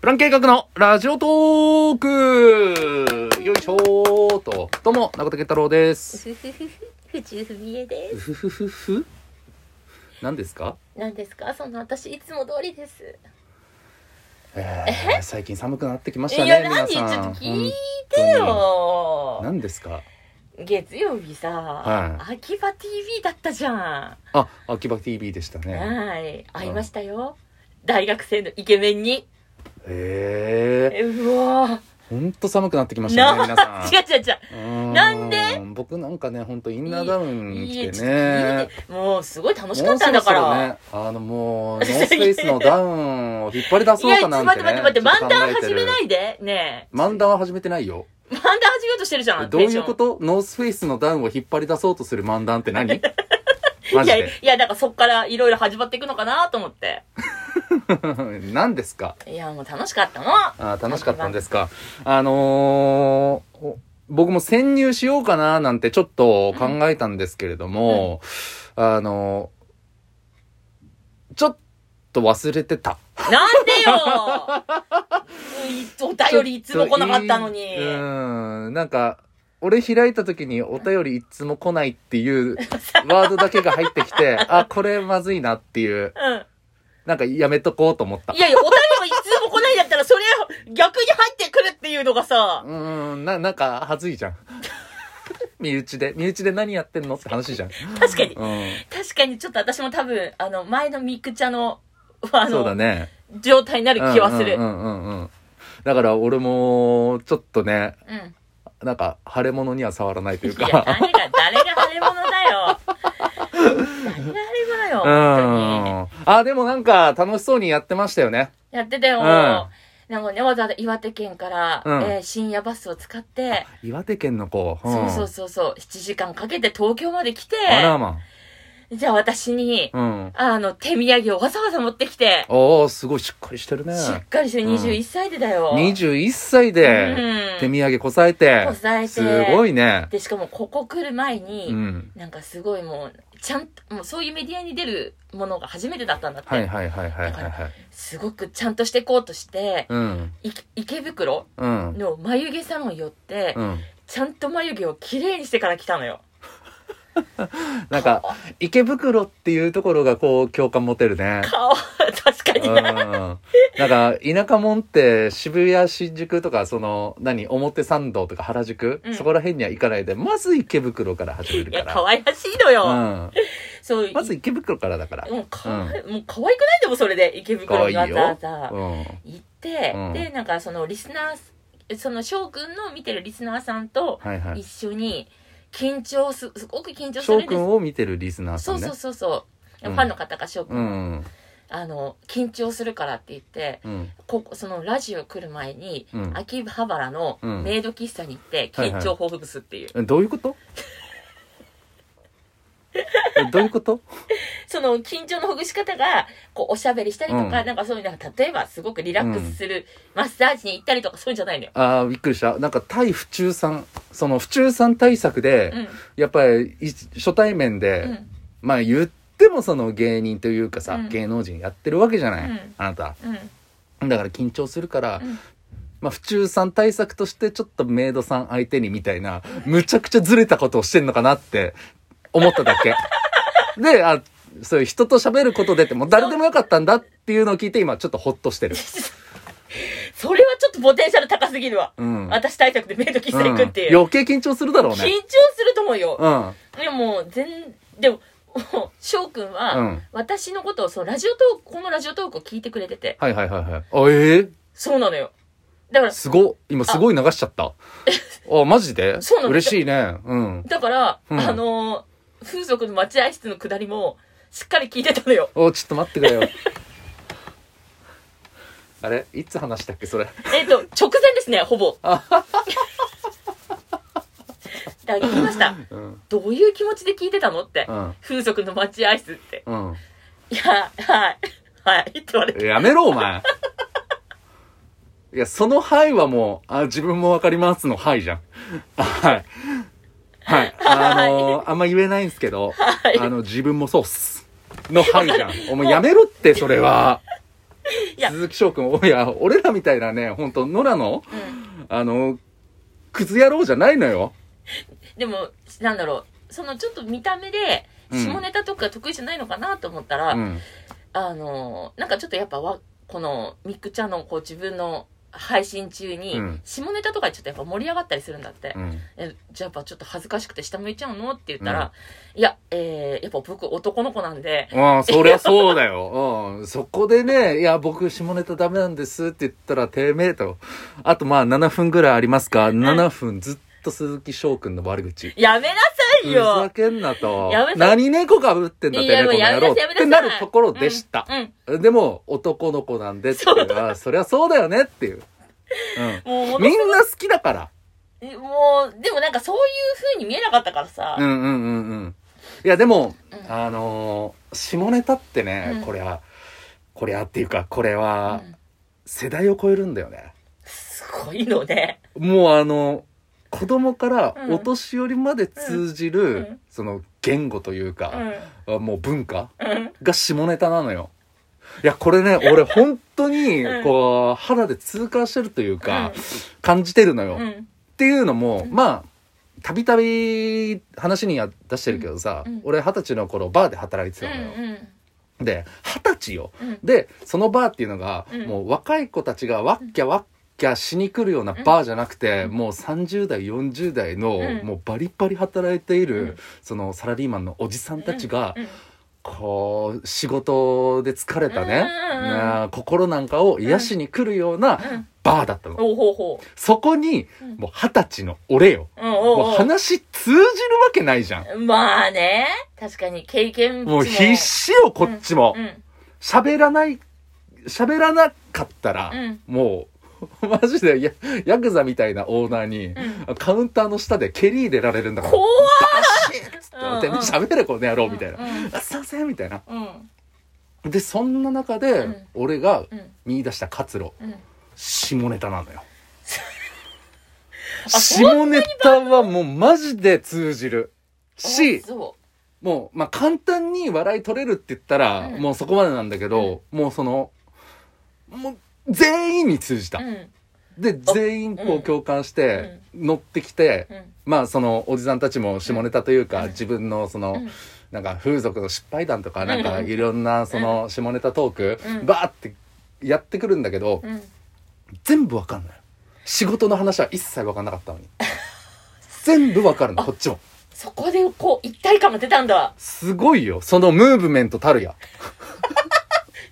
プラン計画のラジオトークよいしょーと。どうも、中竹太郎 です。ふふふふふじゅふみえでうす。ふふふふ何ですか何ですか、その私いつも通りです。えー、最近寒くなってきましいたね、や、皆何、ちょっとさん。聞いて本当よに。何ですか月曜日さ、は秋葉 TV だったじゃん。あ、秋葉 TV でしたね。はい、会いましたよ。大学生のイケメンに。えええうわー、ほんと寒くなってきまー。したね、皆な、さん 違う違う違う。うーん。なんで僕なんかね、ほんとインナーダウンい着やてちょっと聞ねい。てもうすごい楽しかったんだかもうそろら。そろね、あのもう、ノースペースのダウンを引っ張り出いそうや、ちかょっなとん、待っててね。。待って待って、漫談始めないいで。ねえ。漫談は始めてないよ。漫談始めようとしてるじゃん。どういうテンショこンとノースフェイスのダウンを引っ張り出そうとする漫談って何マいジや、でい。や、だからそっからいろいろ始まっていくのかなと思って。 何ですかいや、もう楽しかったの。あー楽しかったんですか。あのーお僕も潜入しようかななんてちょっと考えたんですけれども、あのーちょっと忘れてた。なん でようんお便りいつも来なかったのに。うーん、なんか、俺開いた時にお便りいつも来ないって いうワードだけが入ってきて、あ、これまずいなっていう、うん。なんかやめとこうと思ったい。やいや、お便りがいつも来ないんだったら、それ逆に入ってくるっていうのがさう、ーん、な、なんか恥ずいじゃん。 身内で、身内で何やってんのって話じゃん。確かに。うん。確かにちょっと私も多分、あの、前のミクチャの、あそうの、だね。状態になる気はする。うんうんうんうんうん。だから俺も、ちょっとね、なんか、腫れ物には触らないといういや、か。誰が、誰が腫れ物だよ。誰が腫れ物よ、うん。本当に。あ、でもなんか、楽しそうにやってましたよね。やってたよ。うんでもね、わざわざ岩手県から、うんえー深夜バスを使って、岩手県の子。んそうそうそうそう、7時間かけて東京まで来て、あらま。じゃあ私に、うん。あの、手土産をわざわざ持ってきて、おおすごいしっかりしてるね。しっかりしてうん21歳でだよ。 21歳で、うん手土産こさえて。こさえてすごいね。で、しかもここ来る前に、うん。なんかすごいもう、ちゃんと、もうそういうメディアに出るものが初めてだったんだって。はいはいはいはいはいはい。すごくちゃんとしていこうとして、うん。い池袋うん。の眉毛サロン寄って、うん。ちゃんと眉毛を綺麗にしてから来たのよ。なんか、池袋っていうところがこう、共感持てるね。顔、確かうにん。な。なんか、田舎もんって渋谷、新宿とか、その、何、表参道とか原宿、うんそこら辺には行かないで、まず池袋から始めるいかや、ら。可愛らしいのよ。うん。そう、まず池袋からだから。もうかわい、もう可愛くないでもそれで池袋にわざわざうん。行って、うんでなんかそのリスナーその翔くんの見てるリスナーさんとはいはい一。緒に緊張すすごく緊張す翔るんでくす、んを見てるリスナーさそんうね。そうそうそう、うんファンの方が翔く、うんん。あの緊張するからって言ってうん。ここそのラジオ来る前に、うん秋葉原のうんメイド喫茶に行ってはいは緊い張報復すっていう、どういうことえどういうことその緊張のほぐし方がこうおしゃべりしたりとか、うんなんかそういうなんか例えばすごくリラックスする、マッサージに行ったりとかそういうんじゃないのよ、ああ、びっくりした。なんか対府中さん、その府中さん対策で、うんやっぱりい初対面で、うんまあ言ってもその芸人というかさ、うん芸能人やってるわけじゃない、うんあなた。うんだから緊張するから、うんまあ府中さん対策としてちょっとメイドさん相手にみたいな、むちゃくちゃずれたことをしてんのかなって思っただ け。で、あ、そういう人と喋ることでって、もう誰でもよかったんだっていうのを聞いて今ちょっとほっとしてる。それはちょっとポテンシャル高すぎるわ。うん。私対策でメイド喫茶行くっていう。ん余計緊張するだろう緊張ね。すると思うよ。うん。でももう全、でも、もう翔くんは、うん私のことを、そのラジオトーク、このラジオトークを聞いてくれてて、はいはいはいはい。あ、ええそうなのよ。だから、すごっ。今すごい流しちゃった。あ、マジでそうなんだ嬉しいね。うん。だから、うんあのー風俗の待合室の下りも、しっかり聞いてたのよ。お、ちょっと待ってく れよ。あれいつ話したっけそれ。えっ、と、直前ですね、ほぼ。だから聞きました。うん。どういう気持ちで聞いてたのって。うん風俗の待合室って。うん。いや、はい、はい、って言われて。やめろ、お前。いや、そのはいはもう、あ、自分もわかりますのはいじゃん。あはい。はい。あのーあんま言えないんですけど、はいあの、自分もそうっす。のはいじゃん。お前やめろって、それは。いや鈴木翔くん、おいや、俺らみたいなね、本当野良の、うんあの、クズ野郎じゃないのよ。でもなんだろうそのちょっと見た目でうん下ネタとか得意じゃないのかなと思ったら、うん。あのなんかちょっとやっぱわこのミックちゃんのこう自分の配信中に、うん下ネタとかちょっとやっぱ盛り上がったりするんだって、うん。えじゃあやっぱちょっと恥ずかしくて下向いちゃうのって言ったら、いや、えー、やっぱ僕男の子なんで、うん、そりゃそうだ よ。うん。そこでね、いや、僕、下ネタダメなんですって言ったら、てめえと。あと、まあ、7分ぐらいありますか ?7 分ずっと鈴木翔くんの悪口。やめなさいふざよけんなとやめ。な何猫かぶってんだ、いてやめえこもうのやめ野郎。なっさいやめなさいてなるところでした。うん、でも、男の子なんでっていうのは、そりゃそうだよねっていう。うんもう。うんみんな好きだから。えもうでもなんかそういう風に見えなかったからさ、うんうんうんうん。いや、でも、うんあのー下ネタってね、うんこれは、これはっていうか、これうは、ん世代を超えるんだよね。すごいのねもうあの、子供からうんお年寄りまで通じる、うんその言語といううか、んもう文化うんが下ネタなのよ。いや、これね、俺本当にう、んこう、肌で痛感してるというか、感じてるのよ。うんうっんていうのも、んまあ、たびたび話には出してるけどさ、うん俺二十歳の頃バーで働いてうたのよ。んで、二十歳よ。うんで、そのバーっていうのが、うんもう若い子たちがワッキャワッキャしに来るようなバーじゃなくて、もう30代、40代の、うんもうバリバリ働いている、うんそのサラリーマンのおじさんたちが、うんこう、仕事で疲れたね、うんうんうんな心なんかを癒しに来るようなうんバーだったの。おうほうほそこに、うんもう二十歳の俺よ。ううんおもううおう話通じるわけないじゃん。まあね確かに経験値もう必死よ、こっちもう。ん喋らない、喋らなかったら、うんもう、マジでやヤクザみたいなオーナーに、んカウンターの下で蹴り入れられるんだから。怖っバシッつって、うんうんてめえ喋れこの野郎みたいな。うんあすいませんみたいな。うんで、そんな中で、うん俺がうん見出した活路、うん下ネタなのよ。 あそ下ネタはもうマジで通じる。しあ、そもう、まあ、簡単に笑い取れるって言ったら、うんもうそこまでなんだけど、もうその、もう、全員に通じた。ううんで、全員こううん共感して、乗ってきて、うんまあそのおじさんたちも下ネタというか、うん自分のその、うんなんか風俗の失敗談とか、なんかうんいろんなその下ネタトーク、うんバーってやってくるんだけど、うん全部わかんない。仕事の話は一切わかんなかったのに。全部わかるの、こっちも。そこでこう一体感が出たんだすごいよ。そのムーブメントたるや。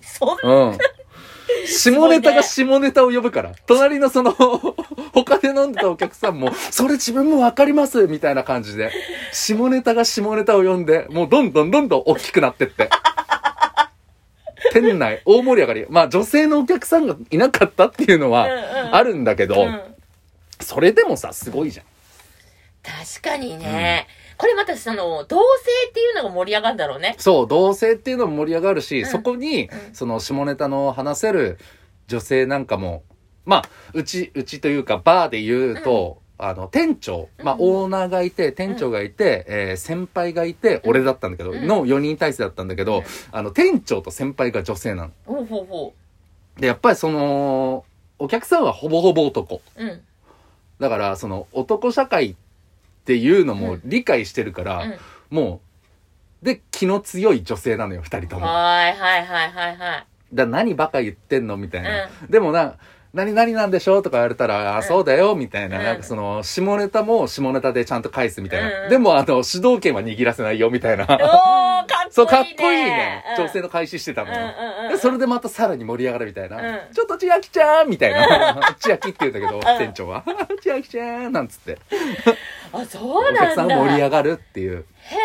そんうん。下ごいねネタが下ネタを呼ぶから、隣のその、 他で飲んでたお客さんも、それ自分もわかりますみたいな感じで、下ネタが下ネタを呼んで、もうどんどんどんどん大きくなってって。店内大盛り上がり。まあ女性のお客さんがいなかったっていうのはうんうんあるんだけど、うんそれでもさ、すごいじゃん。確かにね、これまたその同性っていうのが盛り上がるんだろうねそう、同性っていうのも盛り上がるし、うんそこにう、んその下ネタの話せる女性なんかも、まあ、うち、うちというか、バーで言うと、あの、店長、まあ、うんオーナーがいて、店長がいて、えー先輩がいて、うん俺だったんだけど、うんの4人体制だったんだけど、うんあの、店長と先輩が女性なの。ほうほうほで、やっぱりその、お客さんはほぼほぼ男。ううんだから、その、男社会っていうのも理解してるから、うんもう、で、気の強い女性なのよ、二人とも。はいはいはいはいはいだ何バカ言ってんのみたいな、でもな何何なんでしょうとか言われたら、あうんそうだよみたいな,、うんなんかその下ネタも下ネタでちゃんと返すみたいな、うんでもあの主導権は握らせないよみたいな、おーかっこ いいねそうかっこいいね、うん女性の開始してたのよ、うんうんうんでそれでまたさらに盛り上がるみたいな、うんちょっと千秋ちゃんみたいな千秋って言うんだけど、ん店長は千秋ちゃんなんつってあおそう客なんさだん盛り上がるっていうへ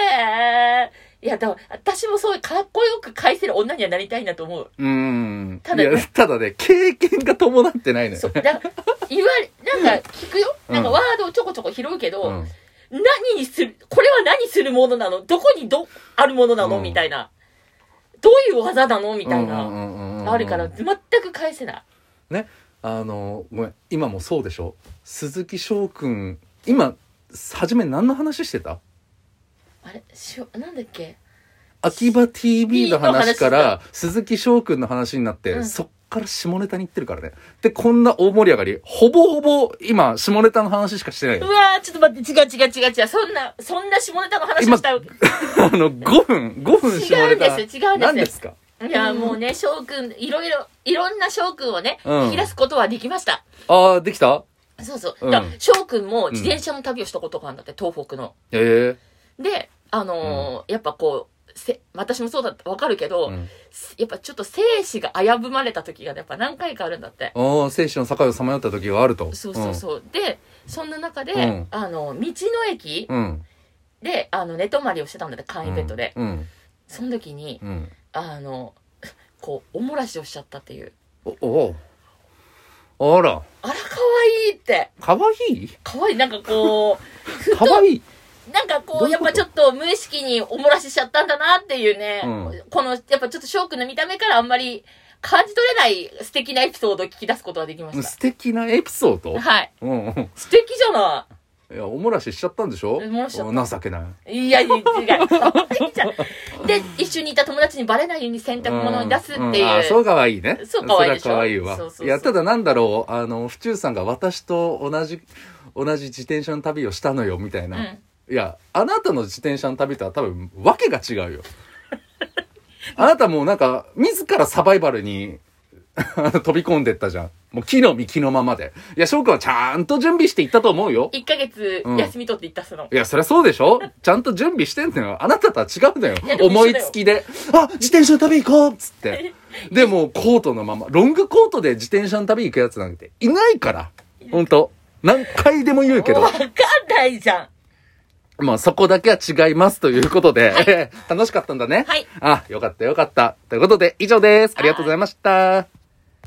えいやだから私もそういうかっこよく返せる女にはなりたいなと思ううーんただねいやただね経験が伴ってないのよそうだから言われなんか聞くようんなんかワードをちょこちょこ拾うけど、うん何にするこれは何するものなのどこにどあるものなの、うんみたいなどういう技なのみたいな、うんうんうんうんうんあるから全く返せないねあのごめん今もそうでしょ鈴木翔くん今初め何の話してたあれしょなんだっけ秋葉 TV の話かいいのら鈴木翔くんの話になって、うんそっから下ネタに行ってるからね。で、こんな大盛り上がり、ほぼほぼ今、下ネタの話しかしてないうよ。わー、ちょっと待って、違う違う違う違う。そんな、そんな下ネタの話をしたわけ。あの、5分、5分下ネタ。違うんですよ違うんですよ何ですかいや、もうね、翔くん、いろいろ、いろんな翔くんをね、うん引き出すことはできました。ああ、できたそうそうう。んだから翔くんも自転車の旅をしたことがあるんだって、東北の。えで、あのーやっぱこう、せ私もそうだってわかるけえど、やっぱちょっと生死が危ぶまれた時が、やっぱ何回かあるんだって。ああ、生死の境をさまよった時があると。そうそうそう。で、そんな中で、うんあの、道の駅うん。うん。で、あの、寝泊まりをしてたんだって、簡易ベッドで。うん。その時に、うん。あの、こう、おもらしをしちゃったっていう。お、おうあら、あら、可愛いって。かわい い可愛いなんかこう、 かわいいなんかこどういう、うやっことぱちょっと無意識におもらししちゃったんだなっていうね、うんこの、やっぱちょっとショークの見た目からあんまり感じ取れない素敵なエピソードを聞き出すことができまし素敵なエピソードた。はい。うんうん。素敵じゃないや、おもらししちゃったんでしょおもらししちゃっ情けない。い。いや、いや違う。 いいじゃん。で、一緒にいた友達にバレないように洗濯物に出すっていう。んんあーそうがわいいね。そう可愛いでしょそれは可愛いわ。そうそうそうや、ただなんだろう、あの、府中さんが私と同じ、同じ自転車の旅をしたのよ、みたいな。うんいや、あなたの自転車の旅とは多分、わけが違うよ。 あなたもうなんか、自らサバイバルに、 あの飛び込んでったじゃん。もう木の幹のままで。いや、翔くんはちゃんと準備していったと思うよ。 1ヶ月うん休み取って行ったその。いや、そりゃそうでしょちゃんと準備してんのよ。あなたとは違うのよいや。でも思いつきで。あ、自転車の旅行こうっつ って。で、もうコートのまま。ロングコートで自転車の旅行くやつなんていないから。ほんと。何回でも言う けどわ。かんないじゃん。まあそこだけは違いますということで。 楽しかったんだね。はいあ、よかったよかった。ということで、以上です。ありがとうございました。